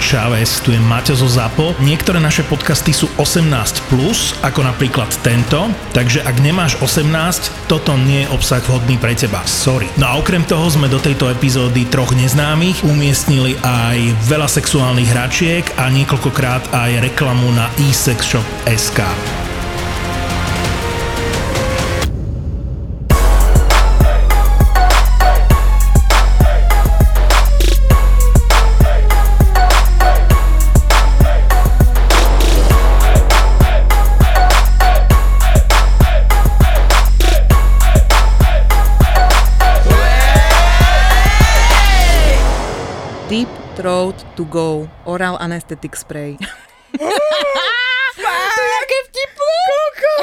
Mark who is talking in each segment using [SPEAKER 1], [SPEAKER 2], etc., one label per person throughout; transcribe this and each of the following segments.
[SPEAKER 1] Chávez, tu je Maťo zo ZAPO. Niektoré naše podcasty sú 18+, plus, ako napríklad tento, takže ak nemáš 18, toto nie je obsah vhodný pre teba, sorry. No a okrem toho sme do tejto epizódy troch neznámych umiestnili aj veľa sexuálnych hračiek a niekoľkokrát aj reklamu na eSexShop.sk.
[SPEAKER 2] Deep Throat to go. Oral anesthetic spray.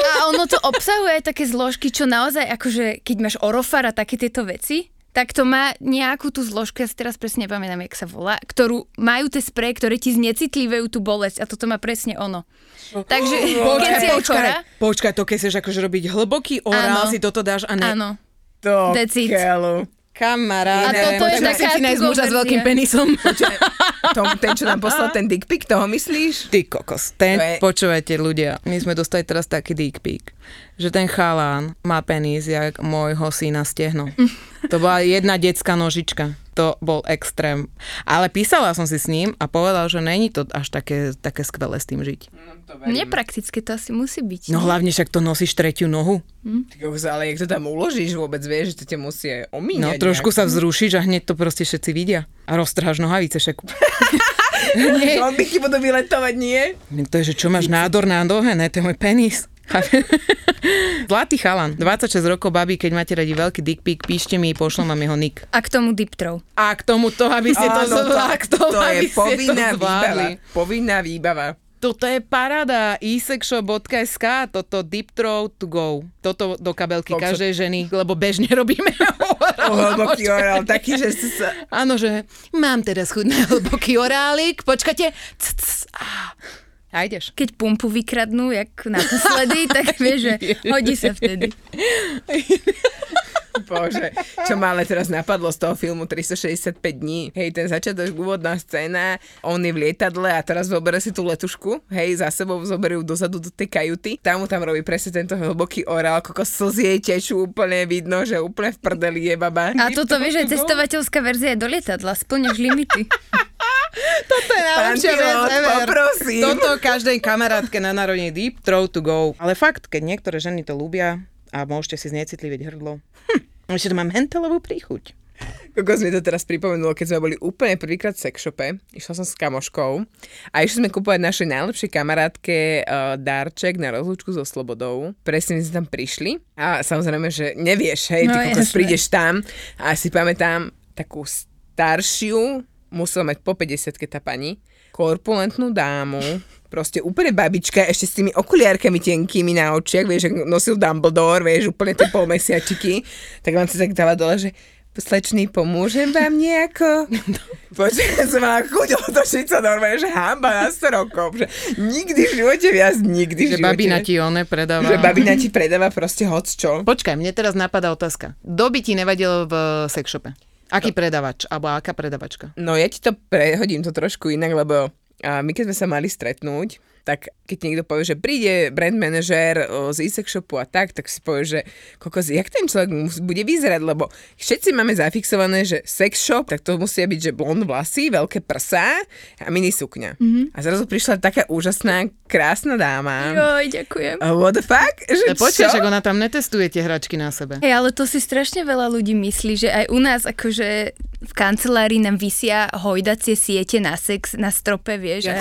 [SPEAKER 3] A ono to obsahuje aj také zložky, čo naozaj akože, keď máš orofar a také tieto veci, tak to má nejakú tú zložku, ja si teraz presne nepamätám, jak sa volá, ktorú majú tie spreje, ktoré ti znecitlívajú tú bolesť a toto má presne ono. Takže keď si aj chorá,
[SPEAKER 2] počkaj, to keď chceš akože robiť hlboký orál,
[SPEAKER 3] Áno.
[SPEAKER 2] si toto dáš a ne.
[SPEAKER 3] áno.
[SPEAKER 2] To
[SPEAKER 3] That's it.
[SPEAKER 2] keľu. Kamarát.
[SPEAKER 3] A toto je
[SPEAKER 4] Musím
[SPEAKER 3] taká
[SPEAKER 4] si nájsť
[SPEAKER 3] Google
[SPEAKER 4] muža s veľkým
[SPEAKER 3] verzia.
[SPEAKER 4] penisom. Tom, ten, čo nám poslal ten dick pic, toho myslíš?
[SPEAKER 2] Ty kokos, ten,
[SPEAKER 4] To je-
[SPEAKER 2] počúvajte ľudia, my sme dostali teraz taký dick pic, že ten chalán má penis jak môjho syna stehno. To bola jedna detská nožička. To bol extrém. Ale písala som si s ním a povedal, že není to až také, také skvelé s tým žiť.
[SPEAKER 3] Nepraktické to asi musí byť.
[SPEAKER 2] No hlavne však to nosíš tretiu nohu.
[SPEAKER 4] Ale jak to tam uložíš vôbec, vieš, že to ťa musí aj omíňať.
[SPEAKER 2] No trošku sa vzrušíš a hneď to proste všetci vidia. A roztrháš nohavice však.
[SPEAKER 4] Nie. On by ti budú vyletovať, nie?
[SPEAKER 2] To je, že čo máš nádor na nohe, ne? To je môj penis. Zlatý chalan, 26 rokov, babi, keď máte radi veľký dick pic, píšte mi, pošlem vám jeho nick.
[SPEAKER 3] A k tomu deep throat.
[SPEAKER 2] A k tomu to, aby ste to
[SPEAKER 4] Áno,
[SPEAKER 2] zvládli. K tomu,
[SPEAKER 4] to je
[SPEAKER 2] aby ste to
[SPEAKER 4] povinná výbava.
[SPEAKER 2] zvládli.
[SPEAKER 4] Povinná výbava.
[SPEAKER 2] Toto je paráda, isexshop.sk, toto deep throat to go. Toto do kabelky
[SPEAKER 4] Kokso-
[SPEAKER 2] každej ženy, lebo bežne robíme oral na močke.
[SPEAKER 4] Hlboký orál, taký, že sa...
[SPEAKER 2] Áno, že mám teraz chuť na hlboký orálik, počkajte. C, c, á. A ideš.
[SPEAKER 3] Keď pumpu vykradnú, jak naposledy, tak vieš, že hodí sa vtedy.
[SPEAKER 4] Bože, čo ma ale teraz napadlo z toho filmu 365 dní. Hej, ten začiatok, úvodná scéna, on je v lietadle a teraz zoberie si tú letušku, hej, za sebou zoberie ju dozadu do tej kajuty. Tam mu tam robí presne tento hlboký orál, koko slzie tečú, úplne vidno, že úplne v prdeli je baba.
[SPEAKER 3] A toto, vieš, aj cestovateľská verzia je do lietadla, splňaš limity.
[SPEAKER 2] To je najlepšia
[SPEAKER 4] Pán pilot,
[SPEAKER 2] vec ever.
[SPEAKER 4] poprosím.
[SPEAKER 2] Toto každej kamarátke na narodení deep throat to go. Ale fakt, keď niektoré ženy to ľúbia a môžete si znecitliviť hrdlo. Hm, ešte tu mám hentelovú príchuť.
[SPEAKER 4] Kokos mi to teraz pripomenulo, keď sme boli úplne prvýkrát v sexshope, išla som s kamoškou a išli sme kúpovať našej najlepšej kamarátke uh, dárček na rozlúčku so Slobodou. Presne my sme tam prišli a samozrejme, že nevieš, hej, ty
[SPEAKER 3] No,
[SPEAKER 4] kokos
[SPEAKER 3] jasné.
[SPEAKER 4] prídeš tam a si pamätám takú staršiu, musela mať po 50 tá pani, korpulentnú dámu, proste úplne babička, ešte s tými okuliarkami tenkými na očiach, vieš, ako nosil Dumbledore, vieš, úplne tie polmesiačiky, tak vám sa tak dala dole, že slečný, pomôžem vám nejako? Počkaj, som mala chuť otočiť sa normálne, že hamba na 100 rokov, že nikdy v živote viac, nikdy v
[SPEAKER 2] Že
[SPEAKER 4] živote.
[SPEAKER 2] babina ti one predáva.
[SPEAKER 4] že babina ti predáva proste hoc čo.
[SPEAKER 2] Počkaj, mne teraz napadá otázka. Kto by ti nevadil v sexshope? Aký predavač? Alebo aká predavačka?
[SPEAKER 4] No ja ti to prehodím to trošku inak, lebo a my keď sme sa mali stretnúť, tak keď niekto povie, že príde brand manažer o, z e shopu a tak, tak si povie, že kokos, jak ten človek mus- bude vyzerať, lebo všetci máme zafixované, že sex shop, tak to musia byť, že blond vlasy, veľké prsá a mini
[SPEAKER 3] Mhm.
[SPEAKER 4] sukňa. Mm-hmm. A zrazu prišla taká úžasná, krásna dáma.
[SPEAKER 3] Joj, ďakujem.
[SPEAKER 4] A what the fuck? Že
[SPEAKER 2] Ale počkaj,
[SPEAKER 4] čo?
[SPEAKER 2] však ona tam netestuje tie hračky na sebe.
[SPEAKER 3] Hej, ale to si strašne veľa ľudí myslí, že aj u nás akože v kancelárii nám visia hojdacie siete na sex, na strope, vieš. A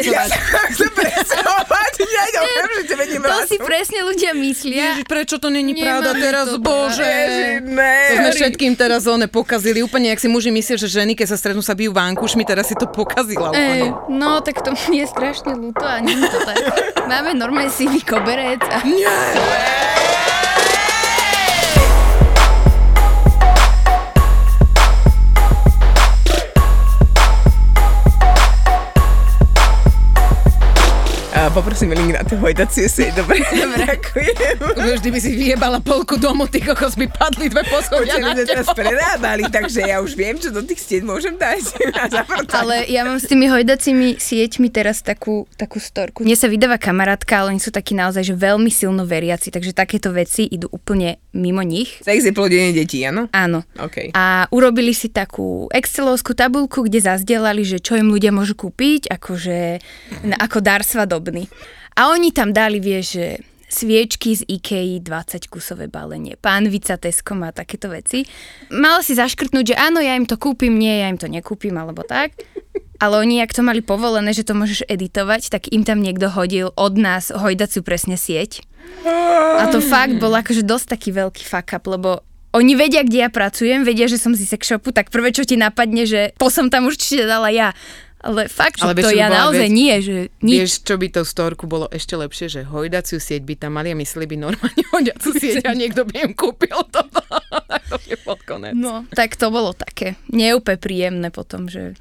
[SPEAKER 4] Ja sa chcem presovať, ja idem, že te vedím
[SPEAKER 3] to si presne ľudia myslia.
[SPEAKER 2] Ježiš, prečo to není
[SPEAKER 3] Nemáme
[SPEAKER 2] pravda teraz?
[SPEAKER 3] to
[SPEAKER 2] Bože!
[SPEAKER 4] Ježiš, ne.
[SPEAKER 2] To sme všetkým teraz one pokazili. Úplne, jak si muži myslia, že ženy, keď sa stretnú, sa bijú vánkušmi, teraz si to pokazila.
[SPEAKER 3] Ej,
[SPEAKER 2] úplne.
[SPEAKER 3] no, tak to mi je strašne ľúto a nie je to tak. Máme normálne sivý koberec a
[SPEAKER 4] A A poprosím Elingráte hojdacie si, dobre? Dobre. Ďakujem.
[SPEAKER 2] Vždy by si vyjebala polku domu, ty kokos by padli dve poschodia
[SPEAKER 4] Počuli
[SPEAKER 2] na
[SPEAKER 4] sme teraz
[SPEAKER 2] teba.
[SPEAKER 4] prerábali, takže ja už viem, čo do tých stieť môžem dať. A zavrtať.
[SPEAKER 3] Ale ja mám s tými hojdacími sieťmi teraz takú, takú storku. Mne sa vydáva kamarátka, ale oni sú takí naozaj, že veľmi silno veriaci, takže takéto veci idú úplne mimo nich.
[SPEAKER 4] Sex je plodenie detí, áno?
[SPEAKER 3] Áno.
[SPEAKER 4] OK.
[SPEAKER 3] A urobili si takú excelovskú tabulku, kde zazdielali, že čo im ľudia môžu kúpiť, akože, na, ako dar svadobný. A oni tam dali, vieš, že sviečky z IKEA, 20 kusové balenie, pánvica Tesco má takéto veci. Mal si zaškrtnúť, že áno, ja im to kúpim, nie, ja im to nekúpim, alebo tak. Ale oni, ak to mali povolené, že to môžeš editovať, tak im tam niekto hodil od nás hojdaciu presne sieť. A to fakt bol akože dosť taký veľký fuck up, lebo oni vedia, kde ja pracujem, vedia, že som z sex shopu, tak prvé, čo ti napadne, že to som tam určite dala ja. Ale fakt, že
[SPEAKER 2] Ale vieš, čo
[SPEAKER 3] to
[SPEAKER 2] by
[SPEAKER 3] ja
[SPEAKER 2] bola
[SPEAKER 3] naozaj
[SPEAKER 2] vec?
[SPEAKER 3] nie, že nič.
[SPEAKER 2] Vieš, čo by to storku bolo ešte lepšie, že hojdaciu sieť by tam mali a mysleli by normálne hojdaciu sieť a niekto by im kúpil to. to je bol konec.
[SPEAKER 3] No, tak to bolo také. Nie je úplne príjemné potom, že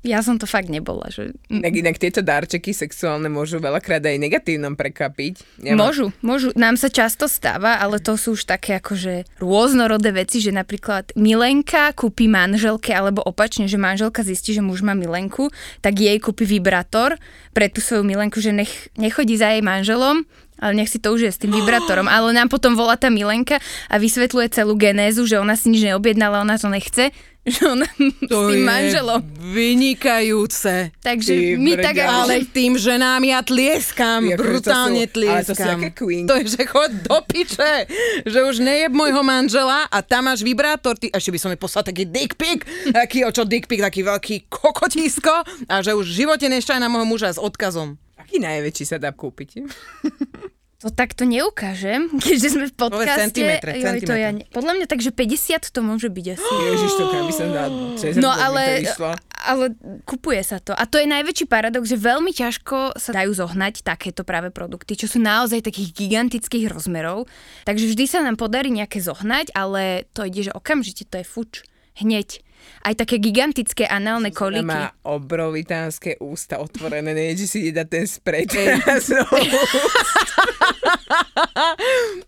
[SPEAKER 3] ja som to fakt nebola, že
[SPEAKER 4] Inak, inak tieto darčeky sexuálne môžu veľakrát aj negatívnom prekvapiť. Ja mám-
[SPEAKER 3] Môžu, môžu. Nám sa často stáva, ale to sú už také akože rôznorodé veci, že napríklad Milenka kúpi manželke, alebo opačne, že manželka zistí, že muž má Milenku, tak jej kúpi vibrátor pre tú svoju Milenku, že nech, nechodí za jej manželom, ale nech si to užije s tým vibrátorom. Ale nám potom volá tá Milenka a vysvetľuje celú genézu, že ona si nič neobjednala, ona to nechce, že ona to s tým manželom.
[SPEAKER 2] vynikajúce.
[SPEAKER 3] Takže
[SPEAKER 4] Ty
[SPEAKER 3] my tak
[SPEAKER 4] brďa.
[SPEAKER 3] akože...
[SPEAKER 2] Ale tým ženám ja tlieskam,
[SPEAKER 4] Ty akože to
[SPEAKER 2] brutálne
[SPEAKER 4] sú- ale to sú
[SPEAKER 2] tlieskam.
[SPEAKER 4] aké queen.
[SPEAKER 2] to je, že chod do piče, že už nejeb môjho manžela a tam máš vibrátor, ty, ešte by som mi poslal taký dick pic, taký očo dick pic, taký veľký kokotisko a že už v živote nešťaj na môjho muža s odkazom.
[SPEAKER 4] Aký najväčší sa dá kúpiť?
[SPEAKER 3] To takto neukážem, keďže sme v podcaste.
[SPEAKER 2] centimetre,
[SPEAKER 3] Joj, to
[SPEAKER 2] centimetre.
[SPEAKER 3] ja ne... Podľa mňa takže 50 to môže byť asi.
[SPEAKER 4] Ježiš, to kam by som dal?
[SPEAKER 3] No ale, ale kupuje sa to. A to je najväčší paradox, že veľmi ťažko sa dajú zohnať takéto práve produkty, čo sú naozaj takých gigantických rozmerov. Takže vždy sa nám podarí nejaké zohnať, ale to ide, že okamžite to je fuč. Hneď. Aj také gigantické análne
[SPEAKER 4] Ona má
[SPEAKER 3] koliky.
[SPEAKER 4] obrovitánske ústa otvorené, nie, že si ide dať ten sprej. No.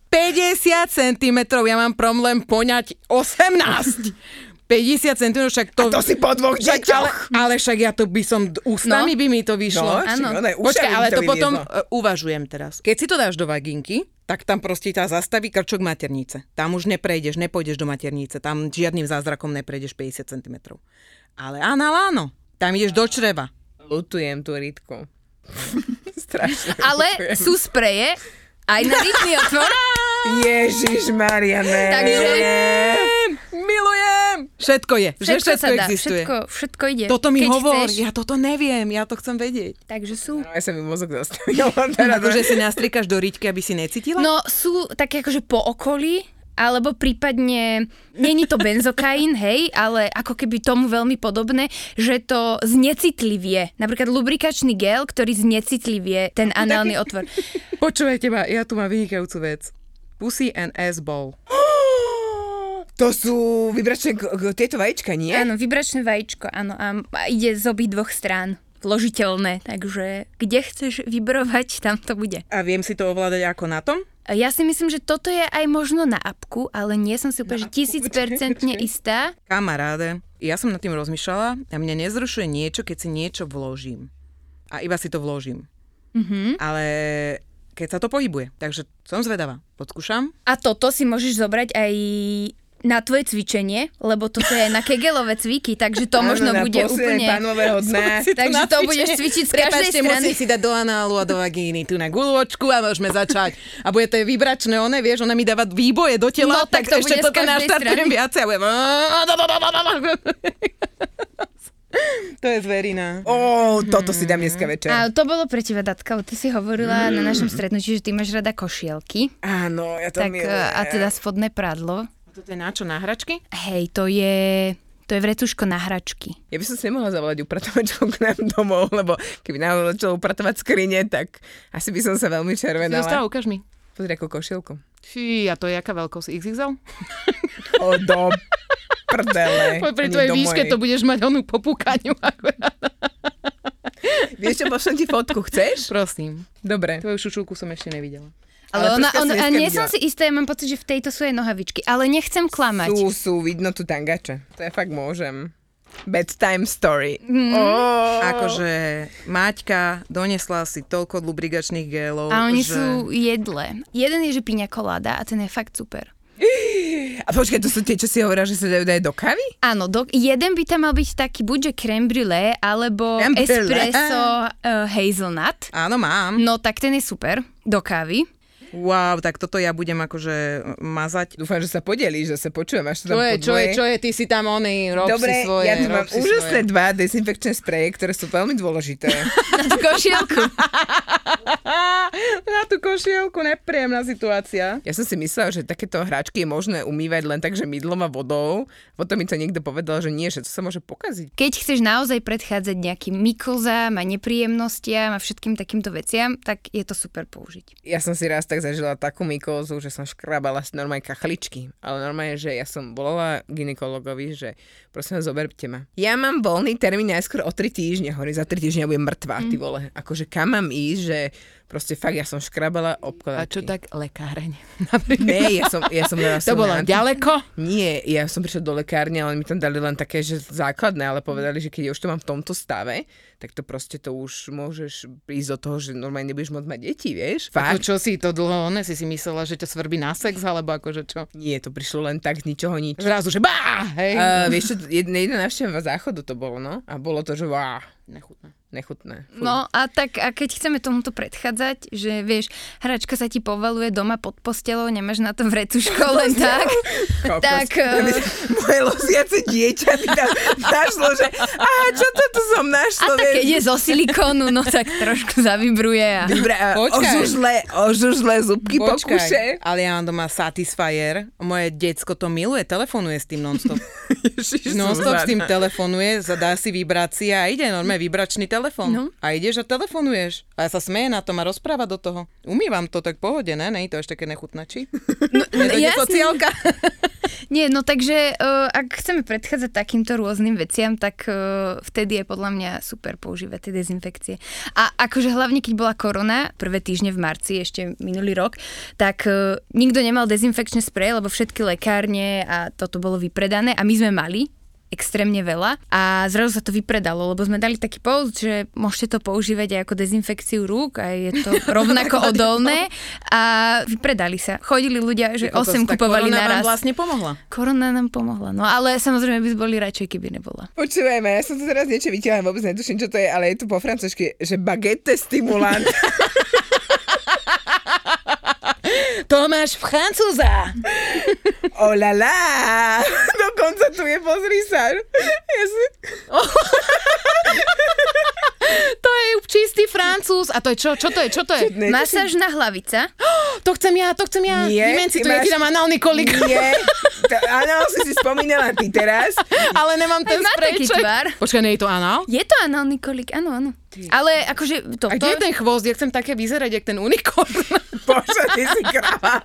[SPEAKER 2] 50 cm, ja mám problém poňať 18. 50 cm, však to...
[SPEAKER 4] to si po dvoch
[SPEAKER 2] však, ale,
[SPEAKER 4] deťoch.
[SPEAKER 2] ale však ja to by som, d- ústami no.
[SPEAKER 3] No.
[SPEAKER 2] by mi to vyšlo.
[SPEAKER 4] No,
[SPEAKER 3] áno.
[SPEAKER 4] áno. Ona,
[SPEAKER 2] Počkaj, ale to potom uh, uvažujem teraz. Keď si to dáš do vaginky, tak tam proste ťa zastaví krčok maternice. Tam už neprejdeš, nepôjdeš do maternice. Tam žiadnym zázrakom neprejdeš 50 cm. Ale áno, áno. Tam ideš do čreva.
[SPEAKER 4] Lutujem tú rytku. Strašne.
[SPEAKER 3] Ale sú spreje aj na rytný otvor.
[SPEAKER 4] Ježiš Maria, ne.
[SPEAKER 3] Takže-
[SPEAKER 2] Milujem! Všetko je. Všetko, že
[SPEAKER 3] Všetko
[SPEAKER 2] všetko
[SPEAKER 3] sa dá,
[SPEAKER 2] existuje.
[SPEAKER 3] všetko, všetko ide.
[SPEAKER 2] Toto mi
[SPEAKER 3] Keď
[SPEAKER 2] hovor,
[SPEAKER 3] chceš,
[SPEAKER 2] ja toto neviem, ja to chcem vedieť.
[SPEAKER 3] Takže sú.
[SPEAKER 4] No, ja sa mi mozog zastavil. teda- Teraz,
[SPEAKER 2] Akože si nastriekaš do ričky, aby si necítila?
[SPEAKER 3] No sú také akože po okolí, alebo prípadne, není to benzokain, hej, ale ako keby tomu veľmi podobné, že to znecitlivie. Napríklad lubrikačný gel, ktorý znecitlivie ten análny otvor.
[SPEAKER 2] Počúvajte ma, ja tu mám vynikajúcu vec. Pussy and ass ball.
[SPEAKER 4] To sú vibračné k- k- tieto vajíčka, nie?
[SPEAKER 3] Áno, vibračné vajíčko, áno, a m- a ide z obi dvoch strán vložiteľné, takže kde chceš vibrovať, tam to bude.
[SPEAKER 2] A viem si to ovládať ako na tom?
[SPEAKER 3] A Ja si myslím, že toto je aj možno na apku, ale nie som si úplne že tisícpercentne istá.
[SPEAKER 2] Kamaráde, ja som nad tým rozmýšľala a mňa nezrušuje niečo, keď si niečo vložím. A iba si to vložím.
[SPEAKER 3] Mhm.
[SPEAKER 2] Mm-hmm. Ale keď sa to pohybuje. Takže som zvedavá. Podskúšam.
[SPEAKER 3] A toto si môžeš zobrať aj na tvoje cvičenie, lebo toto je na kegelové cviky, takže to možno
[SPEAKER 4] na
[SPEAKER 3] bude
[SPEAKER 4] posledné
[SPEAKER 3] úplne...
[SPEAKER 4] pánového dňa.
[SPEAKER 3] Takže to budeš cvičiť z každej
[SPEAKER 2] Prepačte,
[SPEAKER 3] strany.
[SPEAKER 2] musím si dať do análu a do vagíny tu na guľočku a môžeme začať. A bude to vibračné, one, vieš, ona mi dáva výboje do tela,
[SPEAKER 3] No, tak to
[SPEAKER 2] ešte
[SPEAKER 3] bude z
[SPEAKER 2] toto
[SPEAKER 3] každej
[SPEAKER 2] naštartujem
[SPEAKER 3] strany.
[SPEAKER 2] viacej. A budem... To je zverina.
[SPEAKER 4] Ó, toto si dám dneska večer.
[SPEAKER 3] A to bolo pre teba, Datka, lebo ty si hovorila na našom stretnutí, že ty máš rada košielky,
[SPEAKER 4] Áno, ja to
[SPEAKER 3] tak,
[SPEAKER 4] milujem.
[SPEAKER 3] a teda spodné prádlo.
[SPEAKER 2] Toto je na čo, na hračky?
[SPEAKER 3] Hej, to je, to je vrecuško na hračky.
[SPEAKER 4] Ja by som si nemohla zavolať upratovačku k nám domov, lebo keby nám začalo upratovať skrine, tak asi by som sa veľmi červenala.
[SPEAKER 2] No ukáž mi.
[SPEAKER 4] Pozri, ako košielku.
[SPEAKER 2] Fí, a to je aká veľkosť? XXL?
[SPEAKER 4] O, do prdele.
[SPEAKER 2] Pri
[SPEAKER 4] Ani
[SPEAKER 3] Eh,
[SPEAKER 2] tvojej
[SPEAKER 4] do
[SPEAKER 2] výške
[SPEAKER 4] mojej.
[SPEAKER 2] to budeš mať onú popúkaniu.
[SPEAKER 4] Vieš čo, pošlem ti fotku, chceš?
[SPEAKER 2] Prosím.
[SPEAKER 4] Dobre.
[SPEAKER 2] Tvoju šučulku som ešte nevidela.
[SPEAKER 3] Ale,
[SPEAKER 4] Ale
[SPEAKER 3] ona,
[SPEAKER 4] prska si
[SPEAKER 3] on, a
[SPEAKER 4] dneska
[SPEAKER 3] nie som
[SPEAKER 4] videla.
[SPEAKER 3] si istá, ja mám pocit, že v tejto sú jej nohavičky, ale nechcem klamať.
[SPEAKER 4] Sú, sú, vidno tu tangače. To ja fakt môžem. Bedtime story.
[SPEAKER 2] Mhm.
[SPEAKER 4] Mm. Oh.
[SPEAKER 2] Akože Maťka donesla si toľko lubrigačných gélov,
[SPEAKER 3] A oni
[SPEAKER 2] že...
[SPEAKER 3] sú jedle. Jeden je, že piňa koláda a ten je fakt super.
[SPEAKER 4] A počkaj, to sú tie, čo si hovorila, že sa dajú dať do kavy?
[SPEAKER 3] Áno, do, jeden by tam mal byť taký buď, že creme brulee, alebo
[SPEAKER 4] Crème brûlée.
[SPEAKER 3] espresso uh, hazelnut.
[SPEAKER 2] Áno, mám.
[SPEAKER 3] No tak ten je super, do kávy.
[SPEAKER 2] Wow, tak toto ja budem akože mazať.
[SPEAKER 4] Dúfam, že sa podelíš, že sa počujem, až to tam podvoje.
[SPEAKER 2] je, ty si tam oný, rob
[SPEAKER 4] Dobre, ja tu mám úžasné dva dezinfekčné spreje, ktoré sú veľmi dôležité.
[SPEAKER 3] Na tú košielku.
[SPEAKER 2] Na tú košielku nepríjemná situácia.
[SPEAKER 4] ja som si myslela, že takéto hráčky je možné umývať len tak, že mydlom a vodou. Potom mi to niekto povedal, že nie, že to sa môže pokaziť.
[SPEAKER 3] Keď chceš naozaj predchádzať nejakým mykozám a nepríjemnostiam a všetkým takýmto veciam, tak je to super použiť.
[SPEAKER 4] Ja som si raz tak zažila takú mykózu, že som škrabala s- normálne kachličky. Ale normálne, že ja som volala ginekologovi, že prosím vás, zoberte ma. Ja mám voľný termín najskôr o 3 týždne, hovorí, za 3 týždne ja budem mŕtva,
[SPEAKER 2] Mhm.
[SPEAKER 4] ty vole. Akože kam mám ísť, že proste fakt ja som škrabala obkladačky.
[SPEAKER 2] A čo tak lekáreň?
[SPEAKER 4] Ne, ja som, ja som dala
[SPEAKER 2] To bolo ďaleko?
[SPEAKER 4] Nie, ja som prišla do lekárne, ale mi tam dali len také, že základné, ale povedali, že keď už to mám v tomto stave, tak to proste to už môžeš prísť do toho, že normálne nebudeš môcť mať deti, vieš?
[SPEAKER 2] To
[SPEAKER 4] Fakt?
[SPEAKER 2] čo si to dlho, ne si si myslela, že ťa svrbí na sex, alebo akože čo?
[SPEAKER 4] Nie, to prišlo len tak z ničoho nič.
[SPEAKER 2] Zrazu, že bá, hej.
[SPEAKER 4] Uh, vieš čo, jedna, jedna návšteva záchodu to bolo, no? A bolo to, že wow,
[SPEAKER 2] Nechutné.
[SPEAKER 4] nechutné. Fuj.
[SPEAKER 3] No a tak a keď chceme tomuto predchádzať, že vieš, hračka sa ti povaluje doma pod postelou, nemáš na to vrecuško len tak,
[SPEAKER 4] Kokos.
[SPEAKER 3] tak eh,
[SPEAKER 4] Moje losiace dieťa mi tam našlo, že aha, čo to tu som
[SPEAKER 3] a
[SPEAKER 4] našlo,
[SPEAKER 3] tak
[SPEAKER 4] vieš?
[SPEAKER 3] keď je zo silikónu, no tak trošku zavibruje a
[SPEAKER 4] Dobre, a
[SPEAKER 2] Počkaj.
[SPEAKER 4] ožužlé, ožužlé zubky po kuše.
[SPEAKER 2] ale ja mám doma Satisfyer. Moje decko to miluje, telefonuje s tým nonstop.
[SPEAKER 4] Ježiš,
[SPEAKER 2] nonstop No, s
[SPEAKER 4] Zuzana.
[SPEAKER 2] tým telefonuje, zadá si vibrácie a ide, normálne vibračný telefon.
[SPEAKER 3] No.
[SPEAKER 2] A ideš a telefonuješ. A ja sa smeje na tom a rozpráva do toho. Umývam to, tak pohode, ne? Ne, to ešte také nechutné, či? No,
[SPEAKER 3] jasne. Nie, no takže uh, ak chceme predchádzať takýmto rôznym veciam, tak uh, vtedy je podľa mňa super používať tie dezinfekcie. A akože hlavne, keď bola korona, prvé týždne v marci, ešte minulý rok, tak uh, nikto nemal dezinfekčné spreje, lebo všetky lekárne a toto bolo vypredané a my sme mali extrémne veľa a zrazu sa to vypredalo, lebo sme dali taký post, že môžete to používať aj ako dezinfekciu rúk a je to rovnako odolné a vypredali sa. Chodili ľudia, že 8 kupovali naraz.
[SPEAKER 2] vlastne pomohla.
[SPEAKER 3] Korona nám pomohla, no ale samozrejme by sme boli radšej, keby nebola.
[SPEAKER 4] Počúvaj ma, ja som tu teraz niečo vytiahla, vôbec netuším, čo to je, ale je tu po francúzsky, že baguette stimulant.
[SPEAKER 2] To máš francúza.
[SPEAKER 4] Oh la la! Dokonca tu je, pozri sa. Ja si...
[SPEAKER 2] To je čistý francúz. A to je čo? Čo to je? Čo to je?
[SPEAKER 4] Ne, čo si-
[SPEAKER 3] Masážna hlavica.
[SPEAKER 2] To chcem ja, to chcem ja.
[SPEAKER 4] Nie,
[SPEAKER 2] Vymen si
[SPEAKER 4] ty
[SPEAKER 2] tu, ja
[SPEAKER 4] máš-
[SPEAKER 2] ti dám análny kolik.
[SPEAKER 4] Nie, to, áno, si si spomínala ty teraz.
[SPEAKER 2] Ale nemám ten
[SPEAKER 3] Aj má taký
[SPEAKER 2] sprejček.
[SPEAKER 3] tvar.
[SPEAKER 2] Počkaj, nie je to anál?
[SPEAKER 3] Je to análny kolik, áno, áno. Ale akože to...
[SPEAKER 2] A kde je ten chvost? Ja chcem také vyzerať, jak ten unikorn.
[SPEAKER 4] Bože, ty si kráva.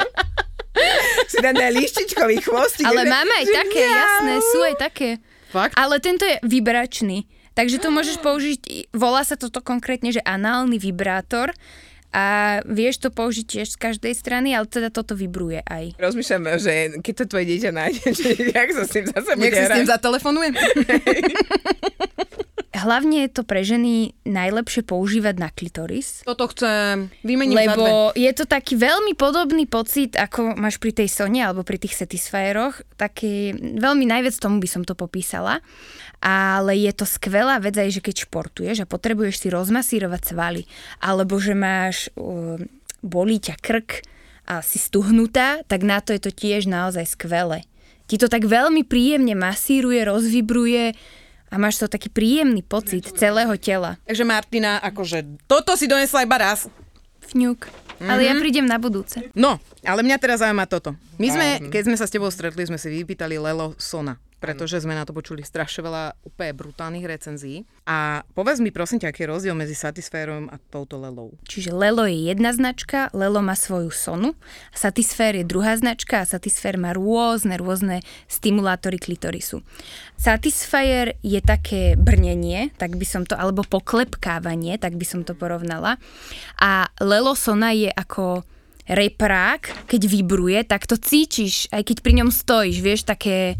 [SPEAKER 4] Si tam daj líštičkový chvostík.
[SPEAKER 3] ale
[SPEAKER 4] že-
[SPEAKER 3] máme aj
[SPEAKER 4] že
[SPEAKER 3] také,
[SPEAKER 4] mňau.
[SPEAKER 3] jasné, sú aj také.
[SPEAKER 2] Fakt?
[SPEAKER 3] Ale tento je vibračný. Takže to môžeš použiť, i- volá sa toto konkrétne, že análny vibrátor a vieš to použiť tiež z každej strany, ale teda toto vibruje aj.
[SPEAKER 4] Rozmýšľam, že keď to tvoje dieťa nájde, že jak sa s tým zase bude hrať.
[SPEAKER 2] zatelefonujem.
[SPEAKER 3] Hlavne je to pre ženy najlepšie používať na klitoris,
[SPEAKER 2] Toto chcem. Vymením za dve.
[SPEAKER 3] Lebo je to taký veľmi podobný pocit, ako máš pri tej Sone alebo pri tých Satisfyeroch. Taký veľmi najviac tomu by som to popísala. Ale je to skvelá vec aj, že keď športuješ a potrebuješ si rozmasírovať svaly, alebo že máš, uh, bolí ťa krk a si stuhnutá, tak na to je to tiež naozaj skvelé. Ti to tak veľmi príjemne masíruje, rozvibruje a máš to taký príjemný pocit celého tela.
[SPEAKER 2] Takže Martina, akože toto si donesla iba raz.
[SPEAKER 3] Fňuk. Ale ja prídem na budúce.
[SPEAKER 2] No, ale mňa teraz zaujíma toto. My sme, keď sme sa s tebou stretli, sme si vypýtali Lelo Sona. pretože sme na to počuli strašne veľa úplne brutálnych recenzií. A povedz mi prosím ťa, aký je rozdiel medzi Satisfyerom a touto lelou.
[SPEAKER 3] Čiže Lelo je jedna značka, Lelo má svoju sonu, Satisfair je druhá značka a Satisfair má rôzne, rôzne stimulátory klitorisu. Satisfair je také brnenie, tak by som to, alebo poklepkávanie, tak by som to porovnala. A Lelo sona je ako reprák, keď vibruje, tak to cítiš, aj keď pri ňom stojíš, vieš, také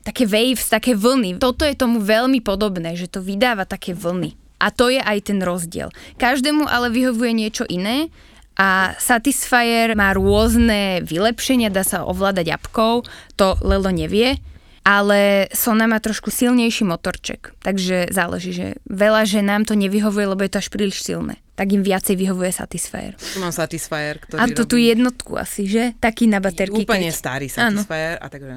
[SPEAKER 3] také waves, také vlny. Toto je tomu veľmi podobné, že to vydáva také vlny. A to je aj ten rozdiel. Každému ale vyhovuje niečo iné a Satisfyer má rôzne vylepšenia, dá sa ovládať apkou, to Lelo nevie, ale Sona má trošku silnejší motorček, takže záleží, že veľa, že nám to nevyhovuje, lebo je to až príliš silné. Tak im viacej vyhovuje Satisfyer.
[SPEAKER 2] Tu mám Satisfyer, ktorý
[SPEAKER 3] A to tu
[SPEAKER 2] robí
[SPEAKER 3] jednotku asi, že? Taký na baterky.
[SPEAKER 2] úplne
[SPEAKER 3] keď-
[SPEAKER 2] starý
[SPEAKER 3] Áno.
[SPEAKER 2] Satisfyer a takže...